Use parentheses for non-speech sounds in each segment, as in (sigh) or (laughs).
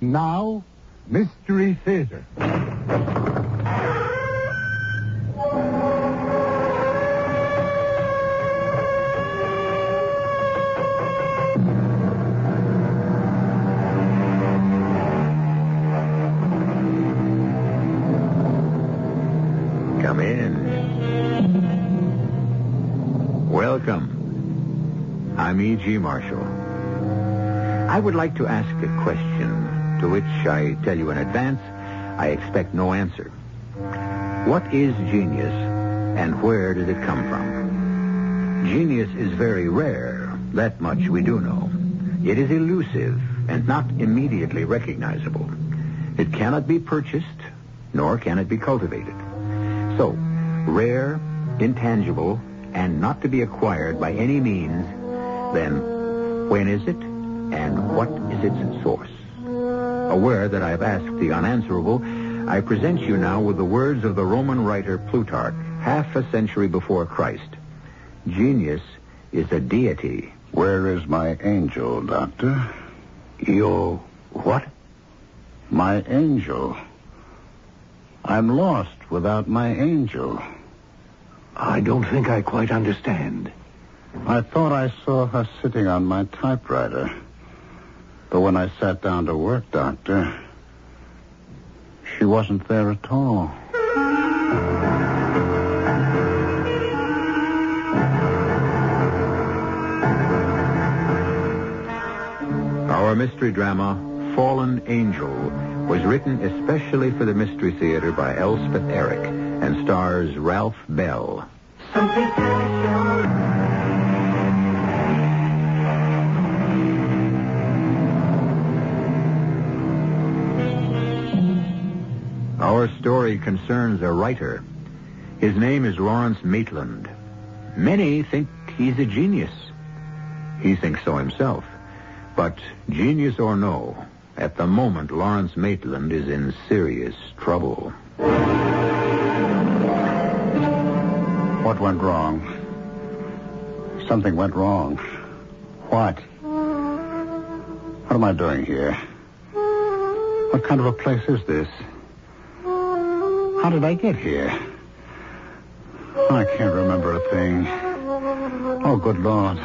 Now, Mystery Theater. Come in. Welcome. I'm E.G. Marshall. I would like to ask a question to which I tell you in advance I expect no answer. What is genius and where did it come from? Genius is very rare. That much we do know. It is elusive and not immediately recognizable. It cannot be purchased, nor can it be cultivated. So, rare, intangible, and not to be acquired by any means, then when is it and what is its source? Aware that I've asked the unanswerable, I present you now with the words of the Roman writer Plutarch, half a century before Christ. Genius is a deity. Where is my angel, Doctor? Your what? My angel. I'm lost without my angel. I don't think I quite understand. I thought I saw her sitting on my typewriter. But when I sat down to work, Doctor, she wasn't there at all. Our mystery drama, Fallen Angel, was written especially for the Mystery Theater by Elspeth Eric and stars Ralph Bell. Our story concerns a writer. His name is Lawrence Maitland. Many think he's a genius. He thinks so himself. But genius or no, at the moment Lawrence Maitland is in serious trouble. What went wrong? Something went wrong. What? What am I doing here? What kind of a place is this? How did I get here? I can't remember a thing. Oh, good Lord.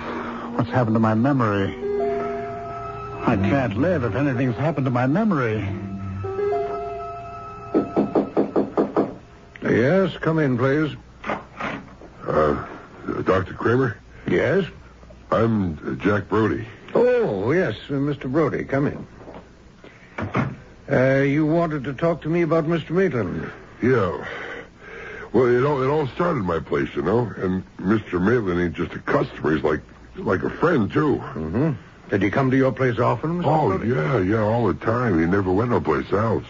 What's happened to my memory? I can't live if anything's happened to my memory. Yes, come in, please. Uh, Dr. Kramer? Yes? I'm Jack Brody. Oh, yes, Mr. Brody, come in. Uh, you wanted to talk to me about Mr. Maitland. Yeah. Well, it all, it all started my place, you know. And Mr. Maitland ain't just a customer. He's like like a friend, too. Mm-hmm. Did he come to your place often, Mr. Oh, Brody? yeah, yeah, all the time. He never went no place else.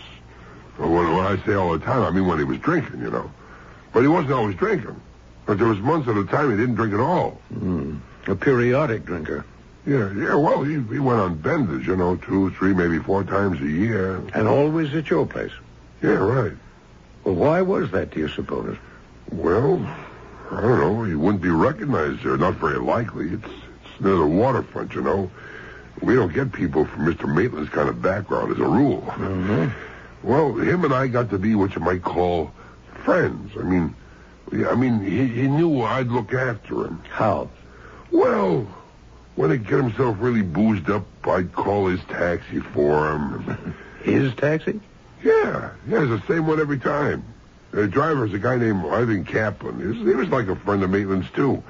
Well, When, when I say all the time, I mean when he was drinking, you know. But he wasn't always drinking. But there was months at a time he didn't drink at all. Mm. A periodic drinker. Yeah, yeah, well, he, he went on benders, you know, two, three, maybe four times a year. And always at your place. Yeah, right. Well, why was that, do you suppose? Well, I don't know. He wouldn't be recognized there. Not very likely. It's, it's near the waterfront, you know. We don't get people from Mr. Maitland's kind of background as a rule. Well, him and I got to be what you might call friends. I mean, yeah, I mean, he, he knew I'd look after him. How? Well, when he'd get himself really boozed up, I'd call his taxi for him. His taxi? Yeah, yeah, it's the same one every time. The driver's a guy named Ivan Kaplan. He was, he was like a friend of Maitland's, too.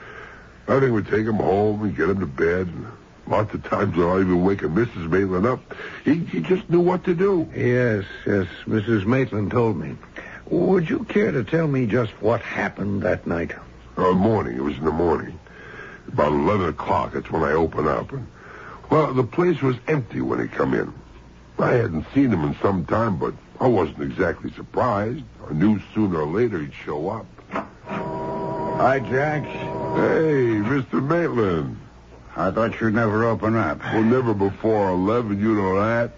Ivan would take him home and get him to bed. And lots of times without even waking Mrs. Maitland up. He, he just knew what to do. Yes, yes. Mrs. Maitland told me. Would you care to tell me just what happened that night? Uh, morning, it was in the morning. About 11 o'clock, that's when I open up. And, well, the place was empty when he come in. I hadn't seen him in some time, but I wasn't exactly surprised. I knew sooner or later he'd show up. Hi, Jack. Hey, Mr. Maitland. I thought you'd never open up. Well, never before 11, you know that.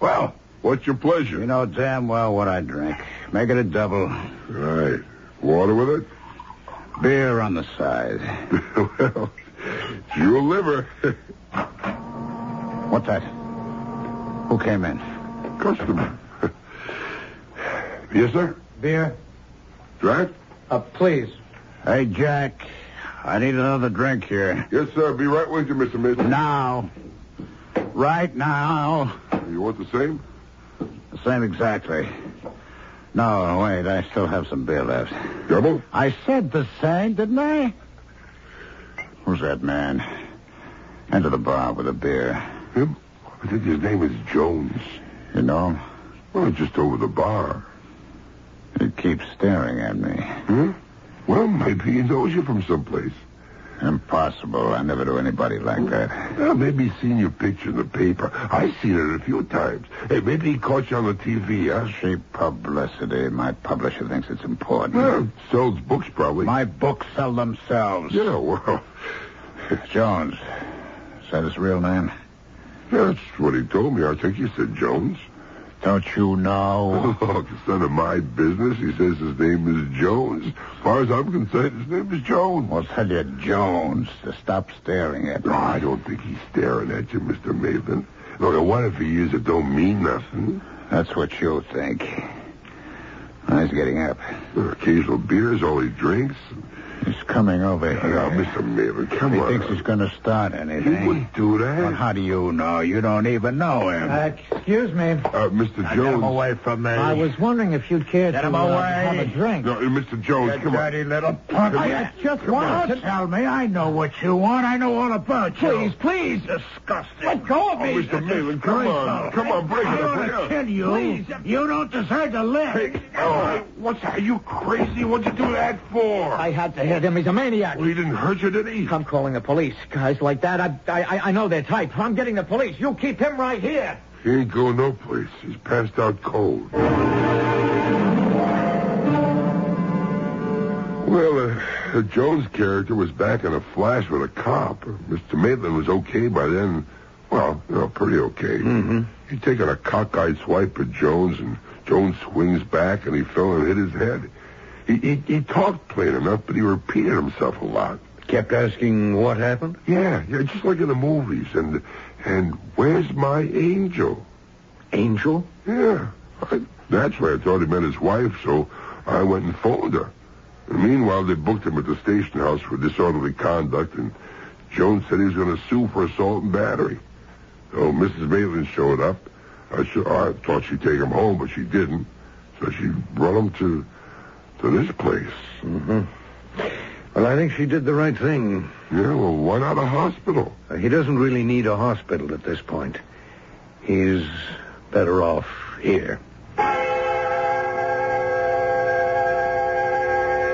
Well, what's your pleasure? You know damn well what I drink. Make it a double. Right. Water with it? Beer on the (laughs) side. well, (laughs) it's your liver. What's that? Who came in? customer. (laughs) yes, sir? Beer? Draft? Uh, please. Hey, Jack, I need another drink here. Yes, sir. Be right with you, Mr. Mason. Now. Right now. You want the same? The same exactly. No, wait, I still have some beer left. Double? (laughs) I said the same, didn't I? Who's that man? Enter the bar with a beer. Him? I think his name is Jones. You know him? Well, just over the bar. He keeps staring at me. Hmm? Well, maybe he knows you from someplace. Impossible. I never do anybody like that. Yeah, maybe he's seen your picture in the paper. I've seen it a few times. Hey, maybe he caught you on the TV, huh? Cheap publicity. My publisher thinks it's important. Well, sells books, probably. My books sell themselves. Yeah, well, Jones. Is that his real name? that's what he told me. I think he said Jones. (laughs) Don't you know? Look, it's none of my business. He says his name is Jones. As far as I'm concerned, his name is Jones. Well, tell you, Jones, to stop staring at No, me. I don't think he's staring at you, Mr. Maitland. Look, what if he is? It don't mean nothing. That's what you think. Now He's getting up. Occasional beer is all he drinks. He's coming over here. Now, Mr. Maitland, come he on. thinks he's going to start He anything. wouldn't do Well, that. how do you know? You don't even know him. Uh, excuse me. Uh, Mr. Now, Get him Jones. away from me. I was wondering if you'd care Get to him uh, away. have a drink. No, uh, Mr. Jones, You come on. dirty little punk. I just Come wanted on, to- Tell me, I know what you want. I know all about you. Please, please. Disgusting. Let go of Oh, Mr. Malin, come on. Come on, break it I up, ought break it to up. kill you. You don't deserve to live. Hey, oh, what's Are you crazy? What'd you do that for? I had to hit him. He's a maniac. Well, he didn't hurt you, did he? I'm calling the police. Guys like that, I, I, I know their type. I'm getting the police. You keep him right here. He ain't going no place. He's passed out cold. Well, uh, uh, Jones' character was back in a flash with a cop. Mr. Maitland was okay by then. Well, you know, pretty okay. Mm-hmm. He'd taken a cockeyed swipe at Jones, and Jones swings back, and he fell and hit his head. He, he, he talked plain enough, but he repeated himself a lot. Kept asking what happened? Yeah, yeah, just like in the movies. And and where's my angel? Angel? Yeah, I, naturally, I thought he meant his wife, so I went and phoned her. And meanwhile, they booked him at the station house for disorderly conduct, and Jones said he was going to sue for assault and battery. So Mrs. Maitland showed up. I, sh- I thought she'd take him home, but she didn't. So she brought him to to this place. Well, I think she did the right thing. Yeah, well, why not a hospital? Uh, He doesn't really need a hospital at this point. He's better off here.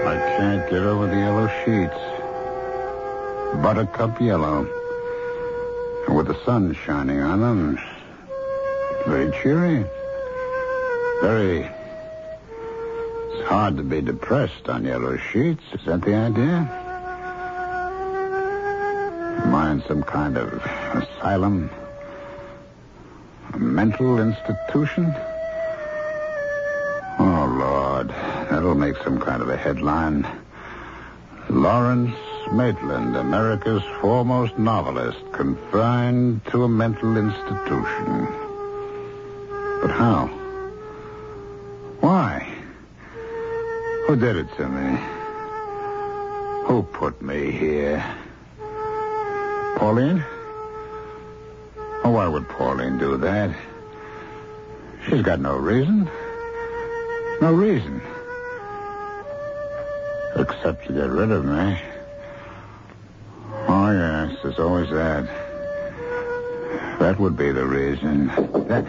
I can't get over the yellow sheets. Buttercup yellow. And with the sun shining on them, very cheery. Very. It's hard to be depressed on yellow sheets. Is that the idea? Am I in some kind of asylum? A mental institution? Oh, Lord. That'll make some kind of a headline. Lawrence Maitland, America's foremost novelist, confined to a mental institution. But how? Why? Who did it to me? Who put me here? Pauline? Oh, why would Pauline do that? She's got no reason. No reason. Except to get rid of me. Oh, yes, there's always that. That would be the reason. That-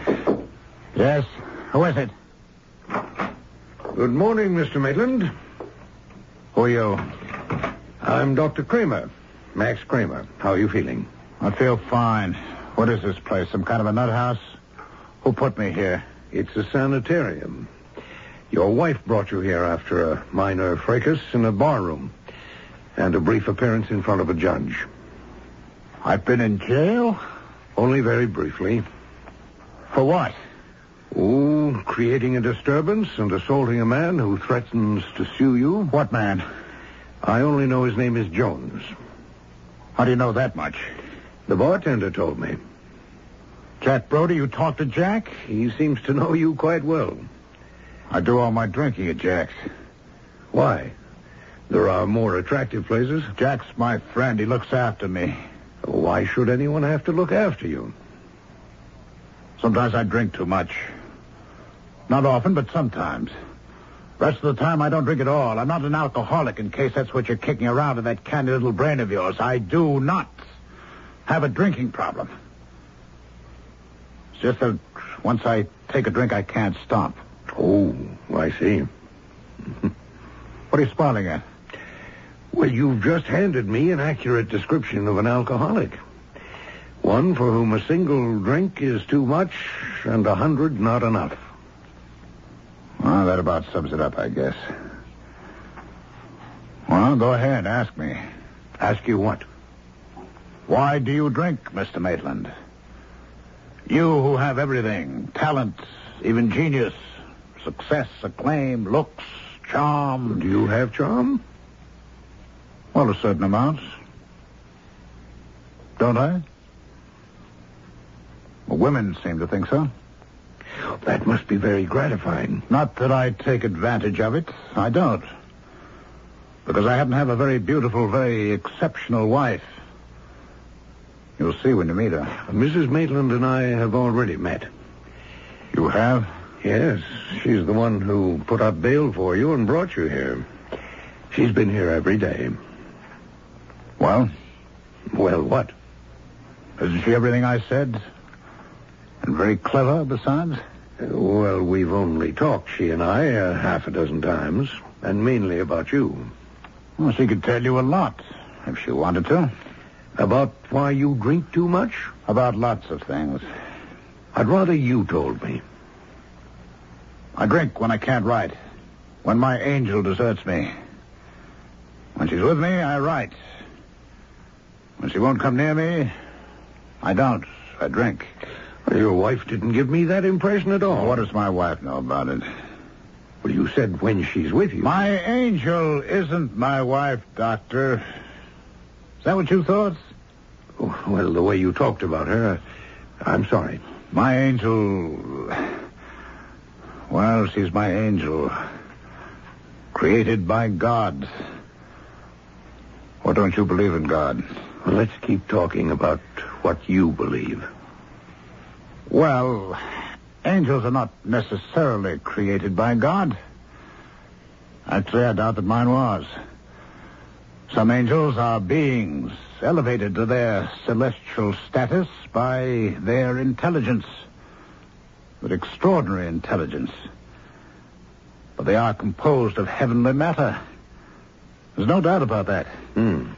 Yes, who is it? Good morning, Mr. Maitland. Who are you? I'm Dr. Kramer. Max Kramer. How are you feeling? I feel fine. What is this place? Some kind of a nut house? Who put me here? It's a sanitarium. Your wife brought you here after a minor fracas in a barroom and a brief appearance in front of a judge. I've been in jail? Only very briefly. For what? Oh, creating a disturbance and assaulting a man who threatens to sue you. What man? I only know his name is Jones. How do you know that much? The bartender told me. Jack Brody, you talked to Jack? He seems to know you quite well. I do all my drinking at Jack's. Why? There are more attractive places. Jack's my friend. He looks after me. Why should anyone have to look after you? Sometimes I drink too much. Not often, but sometimes. Rest of the time, I don't drink at all. I'm not an alcoholic, in case that's what you're kicking around in that candy little brain of yours. I do not have a drinking problem. It's just that once I take a drink, I can't stop. Oh, I see. (laughs) What are you smiling at? Well, you've just handed me an accurate description of an alcoholic. One for whom a single drink is too much and a hundred not enough. Well, that about sums it up, I guess. Well, go ahead, ask me. Ask you what? Why do you drink, Mr. Maitland? You who have everything talent, even genius, success, acclaim, looks, charm. Do you have charm? Well, a certain amount. Don't I? Well, women seem to think so. That must be very gratifying. Not that I take advantage of it. I don't. Because I happen to have a very beautiful, very exceptional wife. You'll see when you meet her. Mrs. Maitland and I have already met. You have? Yes, she's the one who put up bail for you and brought you here. She's been here every day. Well, Well, what? isn't she everything I said? And very clever, besides? Well, we've only talked, she and I, uh, half a dozen times, and mainly about you. Well, she could tell you a lot if she wanted to. About why you drink too much? About lots of things. I'd rather you told me. I drink when I can't write. When my angel deserts me. When she's with me, I write. When she won't come near me, I don't. I drink. Your wife didn't give me that impression at all. What does my wife know about it? Well, you said when she's with you. My angel isn't my wife, Doctor. Is that what you thought? Oh, Well, the way you talked about her, I- I'm sorry. My angel. Well, she's my angel. Created by God. Or don't you believe in God? Well, let's keep talking about what you believe. Well, angels are not necessarily created by God. Actually, I doubt that mine was. Some angels are beings elevated to their celestial status by their intelligence, but extraordinary intelligence. But they are composed of heavenly matter. There's no doubt about that. Hmm.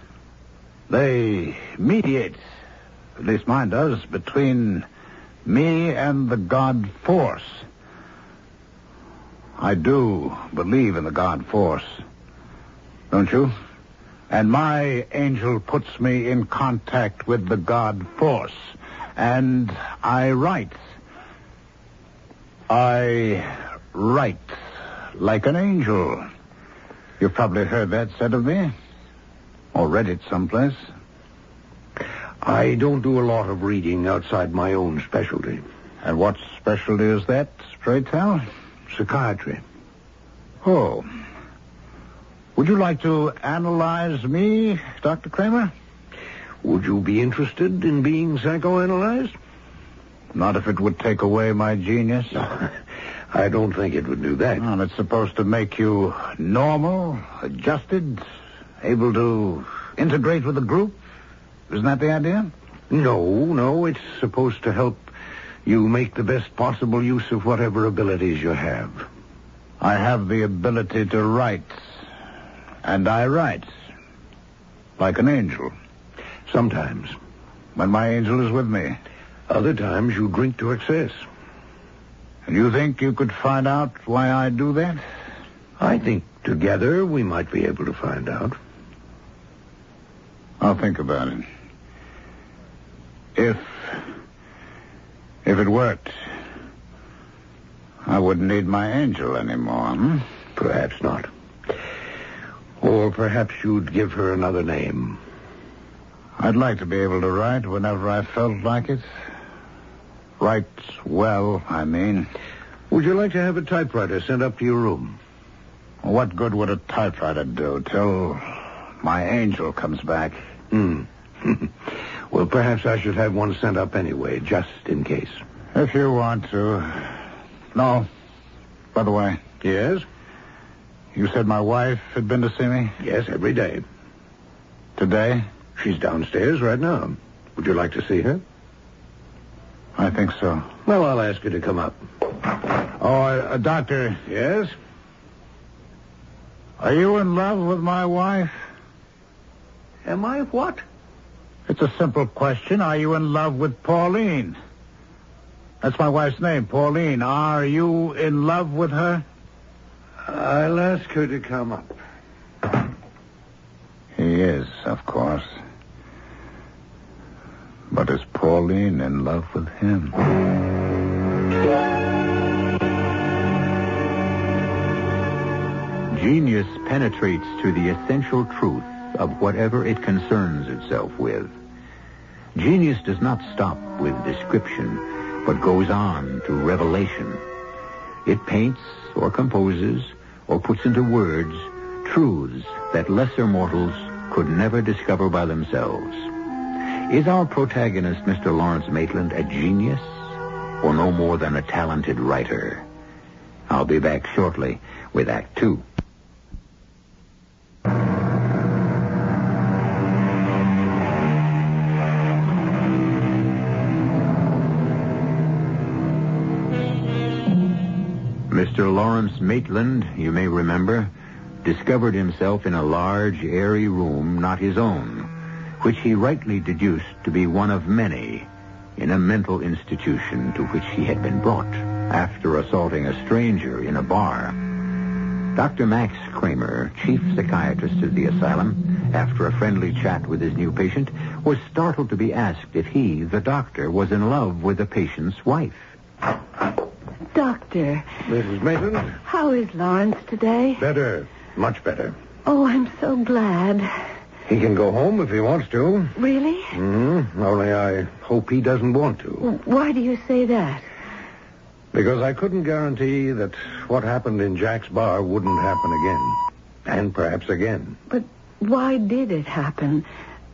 They mediate, at least mine does, between me and the God Force. I do believe in the God Force. Don't you? And my angel puts me in contact with the God Force. And I write. I write like an angel. You've probably heard that said of me. Or read it someplace. I don't do a lot of reading outside my own specialty. And what specialty is that, pray tell? Psychiatry. Oh. Would you like to analyze me, Dr. Kramer? Would you be interested in being psychoanalyzed? Not if it would take away my genius. (laughs) I don't think it would do that. Well, it's supposed to make you normal, adjusted, able to integrate with the group. Isn't that the idea? No, no, it's supposed to help you make the best possible use of whatever abilities you have. I have the ability to write. And I write. Like an angel. Sometimes. When my angel is with me. Other times you drink to excess. And you think you could find out why I do that? I think together we might be able to find out. I'll think about it. If. If it worked, I wouldn't need my angel anymore. Hmm? Perhaps not. Or perhaps you'd give her another name. I'd like to be able to write whenever I felt like it. Write well, I mean. Would you like to have a typewriter sent up to your room? What good would a typewriter do till my angel comes back? Hmm. well, perhaps I should have one sent up anyway, just in case. If you want to. No. By the way, Yes? you said my wife had been to see me Yes, every day. today? She's downstairs right now. Would you like to see her? I think so. Well, I'll ask her to come up. Oh, uh, doctor, Yes? are you in love with my wife? Am I what? It's a simple question. Are you in love with Pauline? That's my wife's name, Pauline. Are you in love with her? I'll ask her to come up. He is, of course. But is Pauline in love with him? Genius penetrates to the essential truth of whatever it concerns itself with. Genius does not stop with description, but goes on to revelation. It paints or composes or puts into words truths that lesser mortals could never discover by themselves. Is our protagonist, Mr. Lawrence Maitland, a genius or no more than a talented writer? I'll be back shortly with Act Two. Mr. Lawrence Maitland, you may remember, discovered himself in a large, airy room not his own, which he rightly deduced to be one of many in a mental institution to which he had been brought after assaulting a stranger in a bar. Dr. Max Kramer, chief psychiatrist of the asylum, after a friendly chat with his new patient, was startled to be asked if he, the doctor, was in love with the patient's wife. Doctor, Mrs. Maitland? how is Lawrence today? Better. Much better. Oh, I'm so glad. He can go home if he wants to. Really? Mm-hmm. Only I hope he doesn't want to. Why do you say that? Because I couldn't guarantee that what happened in Jack's bar wouldn't happen again. And perhaps again. But why did it happen?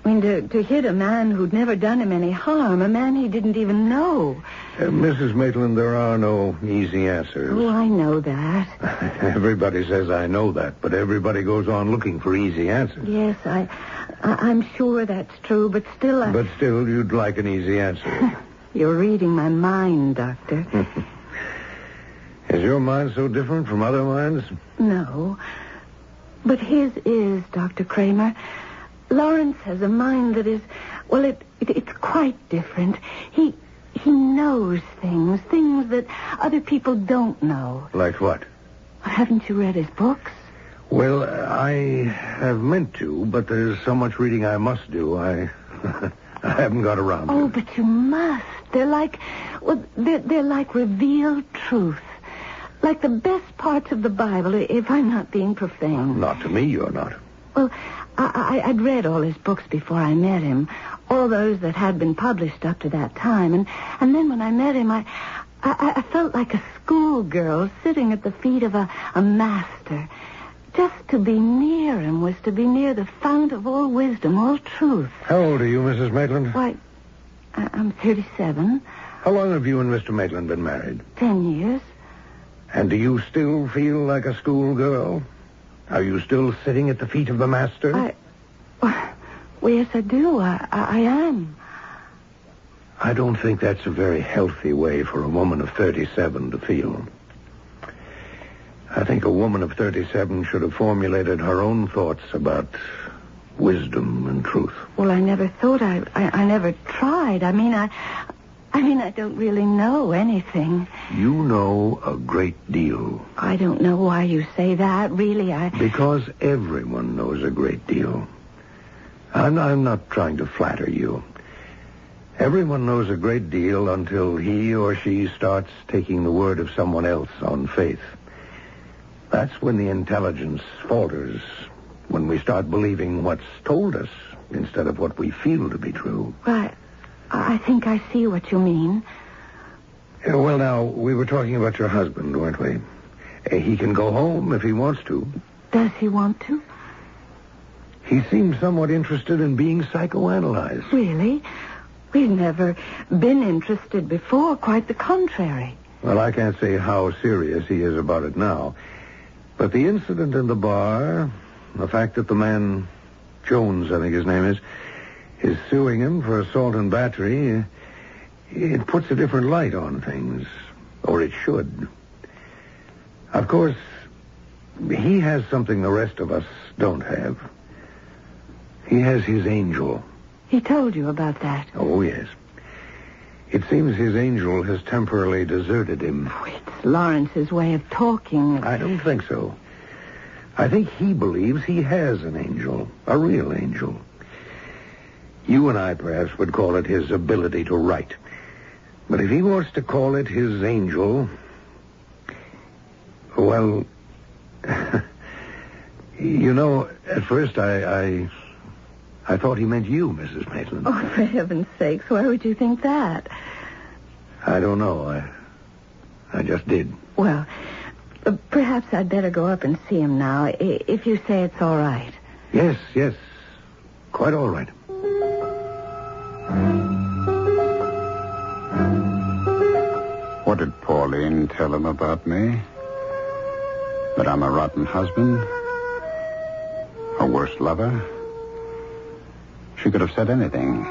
I mean, to, to hit a man who'd never done him any harm, a man he didn't even know. Uh, Mrs. Maitland, there are no easy Oh, answers. I know that. (laughs) everybody says I know that, but everybody goes on looking for easy answers. Yes, I, I I'm sure that's true, but still, I, But still, you'd like an easy answer. you're reading my mind, Doctor. Is your mind so different from other minds? No. But his is, Dr. Kramer. Lawrence has a mind that is, well, it, it it's quite different. He he knows things, things that other people don't know. Like what? Haven't you read his books? Well, I have meant to, but there's so much reading I must do. I (laughs) I haven't got around Oh, to it. but you must. They're like, well, they're, they're like revealed truth. Like the best parts of the Bible, if I'm not being profane. Not to me, you're not. Well, I, I, I'd read all his books before I met him, all those that had been published up to that time, and and then when I met him, I I, I felt like a schoolgirl sitting at the feet of a, a master. Just to be near him was to be near the fount of all wisdom, all truth. How old are you, Mrs. Maitland? Why, I, I'm 37, How long have you and Mr. Maitland been married? 10 years. And do you still feel like a schoolgirl? Are you still sitting at the feet of the master? I, (laughs) well, yes, I do. I, I, I am. I don't think that's a very healthy way for a woman of 37 to feel. I think a woman of 37 should have formulated her own thoughts about wisdom and truth. Well, I never thought I, I, I never tried. I mean, I, I mean, I don't really know anything. You know a great deal I don't know why you say that. Really, I. because everyone knows a great deal. I'm, I'm not trying to flatter you. Everyone knows a great deal until he or she starts taking the word of someone else on faith. That's when the intelligence falters, when we start believing what's told us instead of what we feel to be true. Well, I, I think I see what you mean. Eh, Uh, well, now, we were talking about your husband, weren't we? Eh, Uh, he can go home if he wants to. Does he want to? He seemed somewhat interested in being psychoanalyzed. Really? We've never been interested before, quite the contrary. Well, I can't say how serious he is about it now. But the incident in the bar, the fact that the man, Jones, I think his name is, is suing him for assault and battery, uh, it puts a different light on things. Or it should. Of course, he has something the rest of us don't have. He has his angel. He told you about that. Oh, yes. It seems his angel has temporarily deserted him. Oh, it's Lawrence's way of talking. I don't think so. I think he believes he has an angel, a real angel. You and I perhaps would call it his ability to write. But if he wants to call it his angel, well, (laughs) you know, at first I, I, I thought he meant you, Mrs. Maitland. Oh, for heaven's sakes, why would you think that? I don't know. I, I just did. Well, uh, perhaps I'd better go up and see him now, i- if you say it's all right. Yes, yes, quite all right. What did Pauline tell him about me? That I'm a rotten husband? A worse lover? She could have said anything,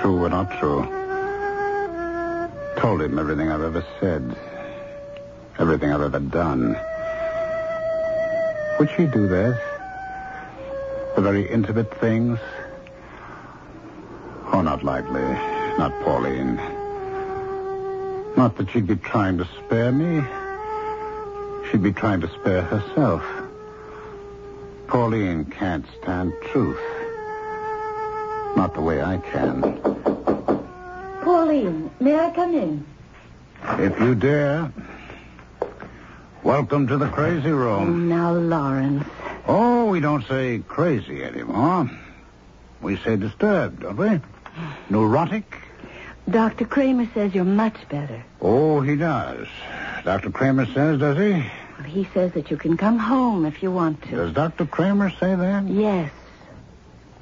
true or not true. Told him everything I've ever said, everything I've ever done. Would she do that? The very intimate things? Oh, not likely. Not Pauline. Not that she'd be trying to spare me. She'd be trying to spare herself. Pauline can't stand truth. Not the way I can. Pauline, may I come in? If you dare. Welcome to the crazy Oh, room. now, Lawrence. Oh, we don't say crazy anymore. We say disturbed, don't we? Neurotic? Dr. Kramer says you're much better. Oh, he does. Dr. Kramer says, does he? Well, he says that you can come home if you want to. Does Dr. Kramer say that? Yes.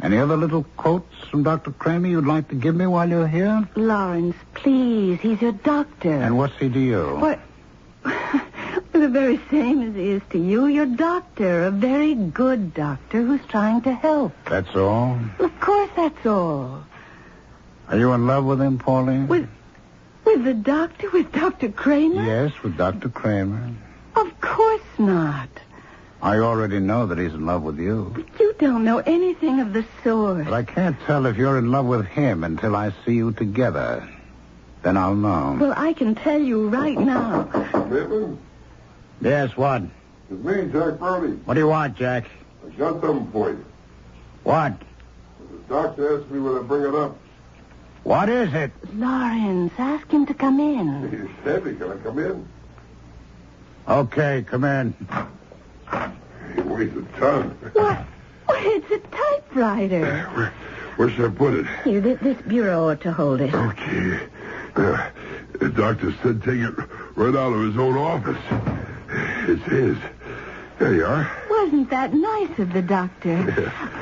Any other little quotes from Dr. Kramer you'd like to give me while you're here? Lawrence, please. He's your doctor. And what's he to you? What? (laughs) the very same as he is to you. Your doctor, a very good doctor who's trying to help. That's all? Of course, that's all. Are you in love with him, Pauline? With with the doctor, with Doctor Kramer? Yes, with Dr. Kramer. Of course not. I already know that he's in love with you. But you don't know anything of the sort. But I can't tell if you're in love with him until I see you together. Then I'll know. Well, I can tell you right now. Maitland, yes, what? it's me, Jack Brody. What do you want, Jack? I got something for you. What? The doctor asked me whether I bring it up. (laughs) What is it? Lawrence, ask him to come in. It's heavy. Can I come in? Okay, come in. He weighs a ton. What? Why, it's a typewriter. (laughs) Where, where should I put it? Here, thi- this bureau ought to hold it. Okay. Uh, the doctor said take it right out of his own office. It's his. There you are. Wasn't that nice of the doctor?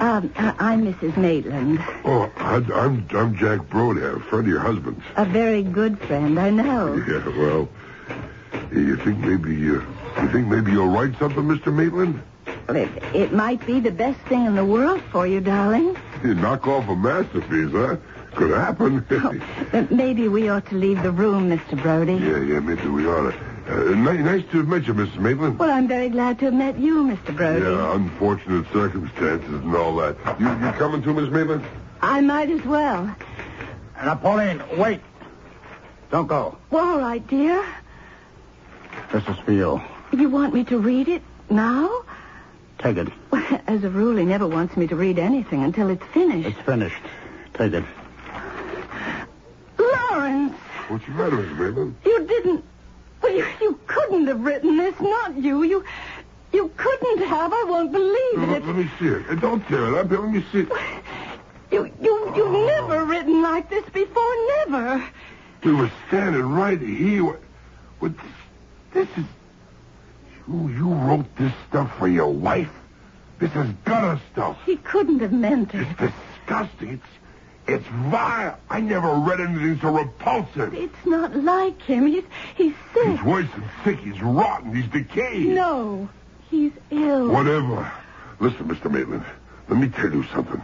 Um, I- I'm Mrs. Maitland, Oh, I, I'm I'm Jack Brody, a friend of your husband's. a very good friend, I know. Yeah, well, you think maybe you, you think maybe you'll write something, Mister Maitland? It, it might be the best thing in the world for you, darling. You knock off a masterpiece, huh? Could happen. (laughs) Oh. But uh, maybe we ought to leave the room, Mr. Brody. yeah, yeah, maybe we ought to. Uh, ni- nice to have met you, Mr. Maitland. Well, I'm very glad to have met you, Mr. Brody. Yeah, unfortunate circumstances and all that. You, you coming to, Miss Maitland? I might as well. Now, Pauline, wait. Don't go. Well, all right, dear. This is for you. You want me to read it now? Take it. Well, as a rule, he never wants me to read anything until it's finished. It's finished. Take it. Lawrence, What's the matter, Miss Maitland? you didn't. Well, you, you couldn't have written this, not you. You, you couldn't have. I won't believe Let, it. let me see it. Uh, Don't tear it up. Let me see it. You, you, you've never written like this before, never. We were standing right here. What? This is. You, you wrote this stuff for your wife? This is gutter stuff. He couldn't have meant it. It's disgusting. It's, it's vile. I never read anything so repulsive. It's not like him. He's he's sick. He's worse than sick. He's rotten. He's decayed. No, he's ill. Whatever. Listen, Mr. Maitland, let me tell you something.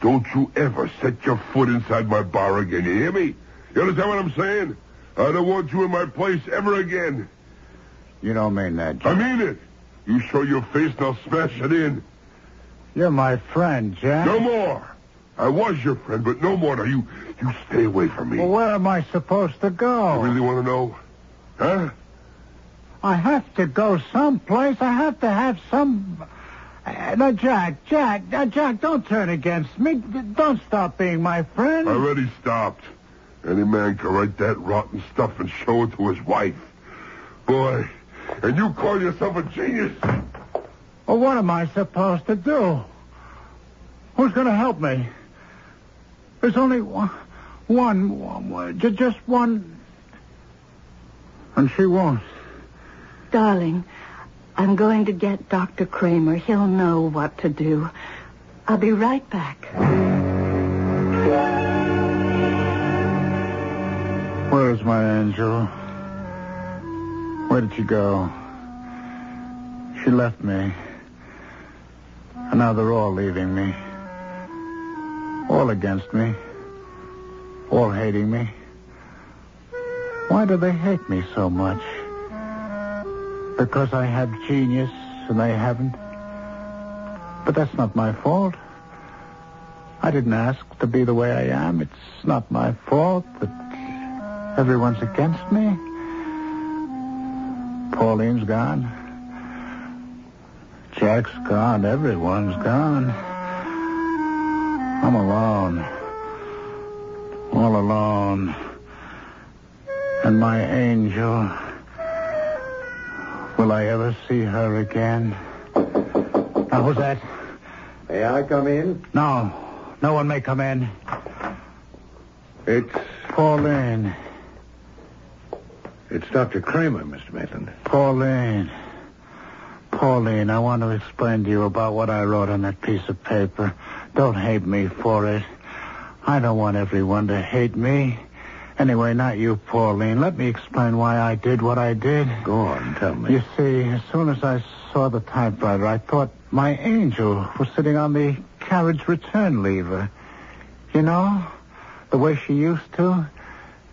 Don't you ever set your foot inside my bar again. You hear me? You understand what I'm saying? I don't want you in my place ever again. You don't mean that, I Jack. mean it. You show your face and I'll smash it in. You're my friend, Jack. No more. I was your friend, but no more. Now you, you stay away from me. Well, where am I supposed to go? You really want to know? Huh? I have to go someplace. I have to have some. Uh, no, Jack, Jack, uh, Jack, don't turn against me. D- Don't stop being my friend. I already stopped. Any man can write that rotten stuff and show it to his wife. Boy, and you call yourself a genius? Well, what am I supposed to do? Who's going to help me? There's only one, one, one, one- ju- just one. And she won't. Darling, I'm going to get Dr. Kramer. He'll know what to do. I'll be right back. Where is my angel? Where did she go? She left me. And now they're all leaving me. All against me. All hating me. Why do they hate me so much? Because I have genius and they haven't? But that's not my fault. I didn't ask to be the way I am. It's not my fault that Everyone's against me. Pauline's gone. Jack's gone. Everyone's gone. I'm alone. All alone. And my angel. Will I ever see her again? Now, who's that? May I come in? No. No one may come in. It's Pauline. it's Dr. Kramer, Mr. Maitland. Pauline. Pauline, I want to explain to you about what I wrote on that piece of paper. Don't hate me for it. I don't want everyone to hate me. Anyway, not you, Pauline. Let me explain why I did what I did. Go on, tell me. You see, as soon as I saw the typewriter, I thought my angel was sitting on the carriage return lever. You know, the way she used to.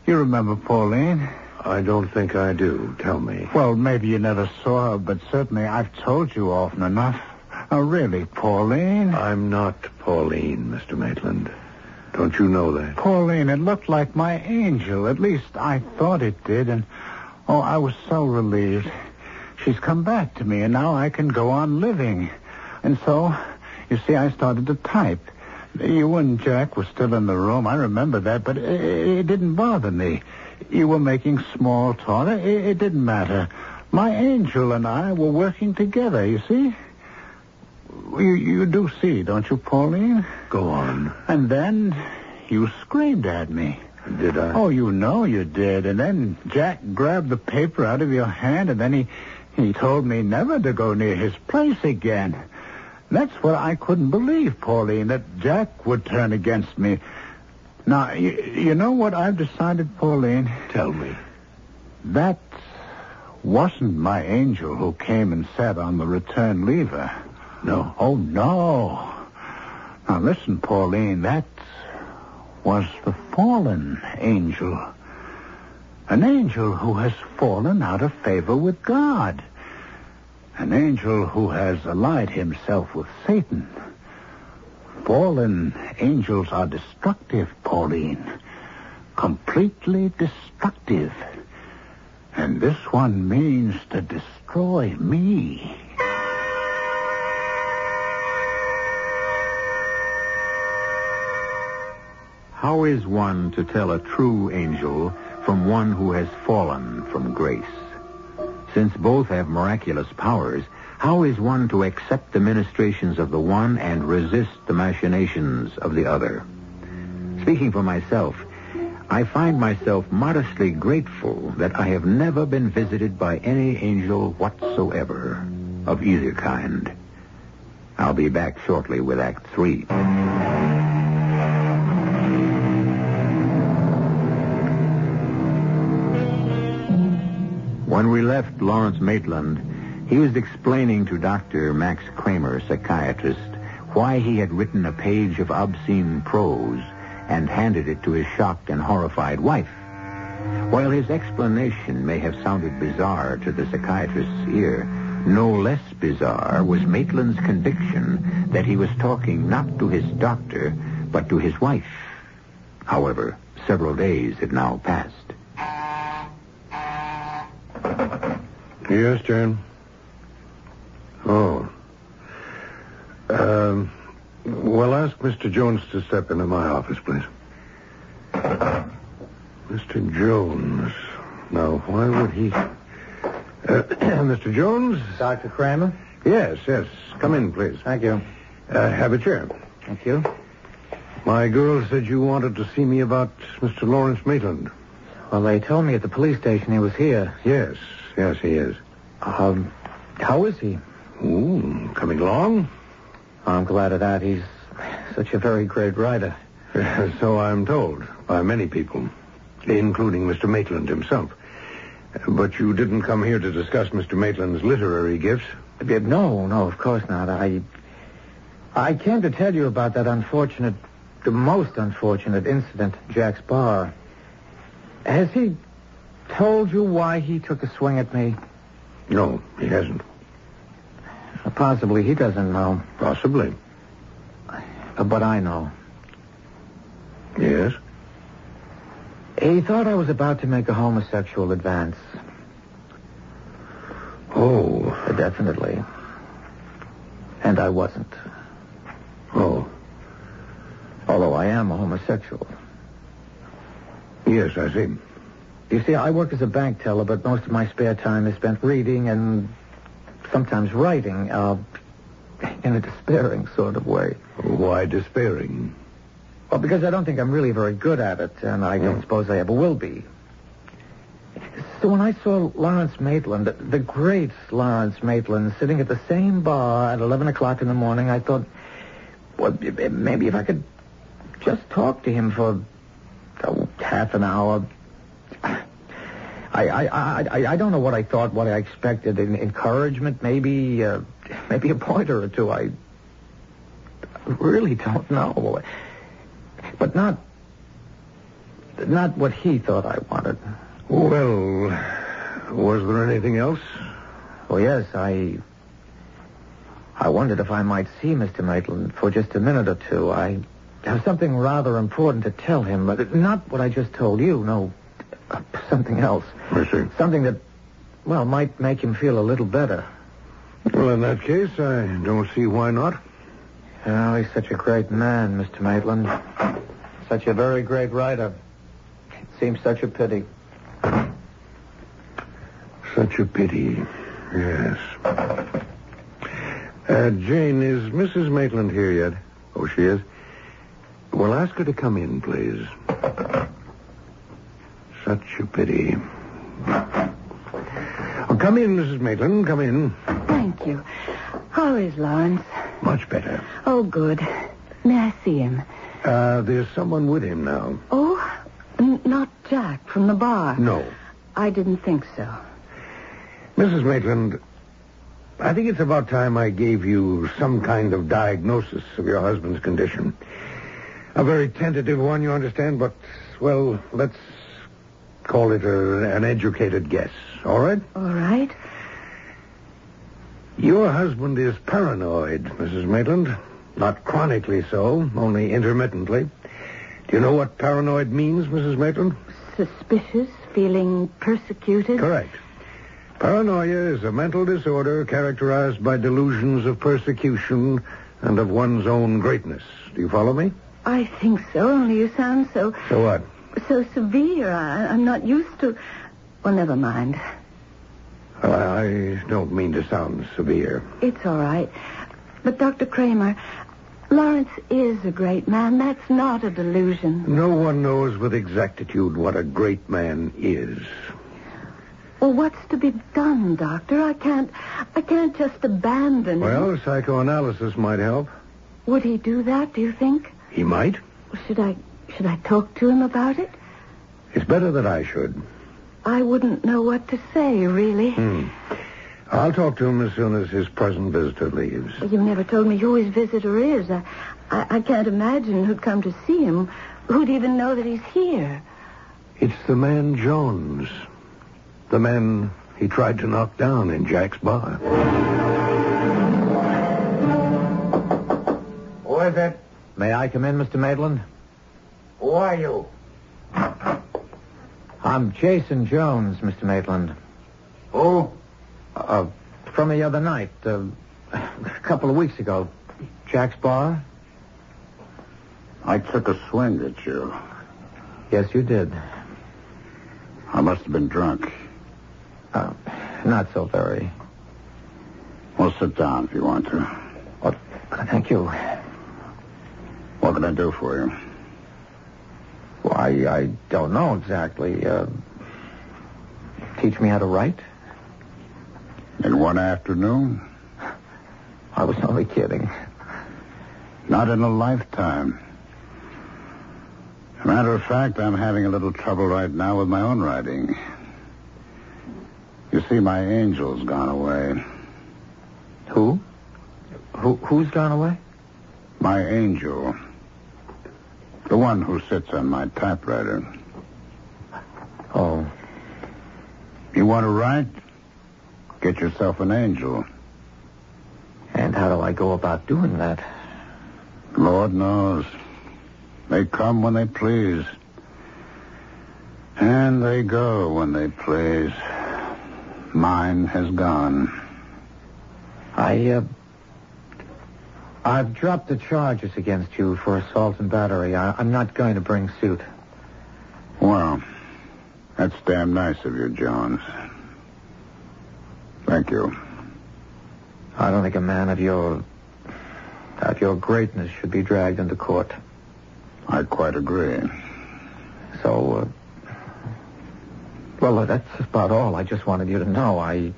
You remember Pauline. I don't think I do. Tell me. Well, maybe you never saw her, but certainly I've told you often enough. Now, really, Pauline. I'm not Pauline, Mr. Maitland. Don't you know that? Pauline, it looked like my angel. At least I thought it did, and oh, I was so relieved. She's come back to me, and now I can go on living. And so, you see, I started to type. You and Jack were still in the room. I remember that, but it, it didn't bother me. You were making small talk. It, it didn't matter. My angel and I were working together, you see? You, you do see, don't you, Pauline? Go on. And then you screamed at me. Did I? Oh, you know you did. And then Jack grabbed the paper out of your hand, and then he, he told me never to go near his place again. That's what I couldn't believe, Pauline, that Jack would turn against me. Now, you, you know what I've decided, Pauline? Tell me. That wasn't my angel who came and sat on the return lever. No. Oh, no. Now, listen, Pauline, that was the fallen angel. An angel who has fallen out of favor with God. An angel who has allied himself with Satan. Fallen angels are destructive, Pauline. Completely destructive. And this one means to destroy me. How is one to tell a true angel from one who has fallen from grace? Since both have miraculous powers, how is one to accept the ministrations of the one and resist the machinations of the other? Speaking for myself, I find myself modestly grateful that I have never been visited by any angel whatsoever of either kind. I'll be back shortly with Act Three. When we left Lawrence Maitland, he was explaining to Dr. Max Kramer, psychiatrist, why he had written a page of obscene prose and handed it to his shocked and horrified wife. While his explanation may have sounded bizarre to the psychiatrist's ear, no less bizarre was Maitland's conviction that he was talking not to his doctor, but to his wife. However, several days had now passed. Yes, Jane. Oh. Um, well, ask Mr. Jones to step into my office, please. Mr. Jones. Now, why would he... Uh, (clears throat) Mr. Jones? Dr. Kramer? Yes, yes. Come in, please. Thank you. Uh, have a chair. Thank you. My girl said you wanted to see me about Mr. Lawrence Maitland. Well, they told me at the police station he was here. Yes, yes, he is. Um, how is he? Ooh, Hmm, coming along? (laughs) I'm glad of that. He's such a very great writer. so I'm told by many people, including Mr. Maitland himself. But you didn't come here to discuss Mr. Maitland's literary gifts. Yeah, No, no, of course not. I, I came to tell you about that unfortunate, the most unfortunate incident at Jack's bar. Has he told you why he took a swing at me? No, he hasn't. Uh, Possibly he doesn't know, Uh, Possibly. but I know. Yes. He thought I was about to make a homosexual advance. Oh, Definitely. And I wasn't. oh. Although I am a homosexual. Yes, I see. You see, I work as a bank teller, but most of my spare time is spent reading and sometimes writing, uh, in a despairing sort of way. Why despairing? Well, because I don't think I'm really very good at it, and I don't suppose I ever will be. So when I saw Lawrence Maitland, the, the great Lawrence Maitland, sitting at the same bar at 11 o'clock in the morning, I thought, well, b- b- maybe if I could just talk to him for oh, half an hour. I, I, I, I- I don't know what I thought, what I expected. En- encouragement, maybe, uh, maybe a pointer or two. I really don't know. But not, not what he thought I wanted. Well, was there anything else? Oh yes, I, I wondered if I might see Mr. Maitland for just a minute or two. I have something rather important to tell him, but not what I just told you. No, (laughs) something else. I see. Something that, well, might make him feel a little better. Well, in that case, I don't see why not. Oh, he's such a great man, Mr. Maitland. Such a very great writer. It seems such a pity. Such a pity. Yes. Uh, Jane, is Mrs. Maitland here yet? Oh, she is. Well, ask her to come in, please. Such a pity. Oh, come in, Mrs. Maitland. Come in. Thank you. How is Lawrence? Much better. Oh, good. May I see him? Uh, there's someone with him now. Oh, n- not Jack from the bar. No. I didn't think so. Mrs. Maitland, I think it's about time I gave you some kind of diagnosis of your husband's condition. A very tentative one, you understand, but, well, let's call it a, an educated guess, all right? All right. Your husband is paranoid, Mrs. Maitland. Not chronically so, only intermittently. Do you know what paranoid means, Mrs. Maitland? Suspicious, feeling persecuted. Correct. Paranoia is a mental disorder characterized by delusions of persecution and of one's own greatness. Do you follow me? I think so, only you sound so, So what? so severe. I, I'm not used to... Well, never mind. Well, I don't mean to sound severe. It's all right. But, Dr. Kramer, Lawrence is a great man. That's not a delusion. No one knows with exactitude what a great man is. Well, what's to be done, Doctor? I can't. I can't just abandon him. Well, psychoanalysis might help. Would he do that? Do you think? He might. Should I? Should I talk to him about it? It's better that I should. I wouldn't know what to say, really. Hmm. I'll talk to him as soon as his present visitor leaves. You never told me who his visitor is. I, I, I can't imagine who'd come to see him, who'd even know that he's here. It's the man Jones. The man he tried to knock down in Jack's bar. Who is it? May I come in, Mr. Maitland? Who are you? I'm Jason Jones, Mr. Maitland. Who? Uh, from the other night, uh, a couple of weeks ago. Jack's bar? I took a swing at you. Yes, you did. I must have been drunk. Uh, not so very. Well, sit down if you want to. Well, thank you. What can I do for you? Why, I don't know exactly. Uh, teach me how to write? In one afternoon? I was only kidding. Not in a lifetime. Matter of fact, I'm having a little trouble right now with my own writing. You see, my angel's gone away. Who? Who who's gone away? My angel. The one who sits on my typewriter. Oh, You want to write? Get yourself an angel. and how do I go about doing that? Lord knows. They come when they please. And they go when they please. Mine has gone. I uh, I've dropped the charges against you for assault and battery. I, I'm not going to bring suit. Well, that's damn nice of you, Jones. Thank you. I don't think a man of your of your greatness should be dragged into court. I quite agree. So, uh, well, that's about all. I just wanted you to know. I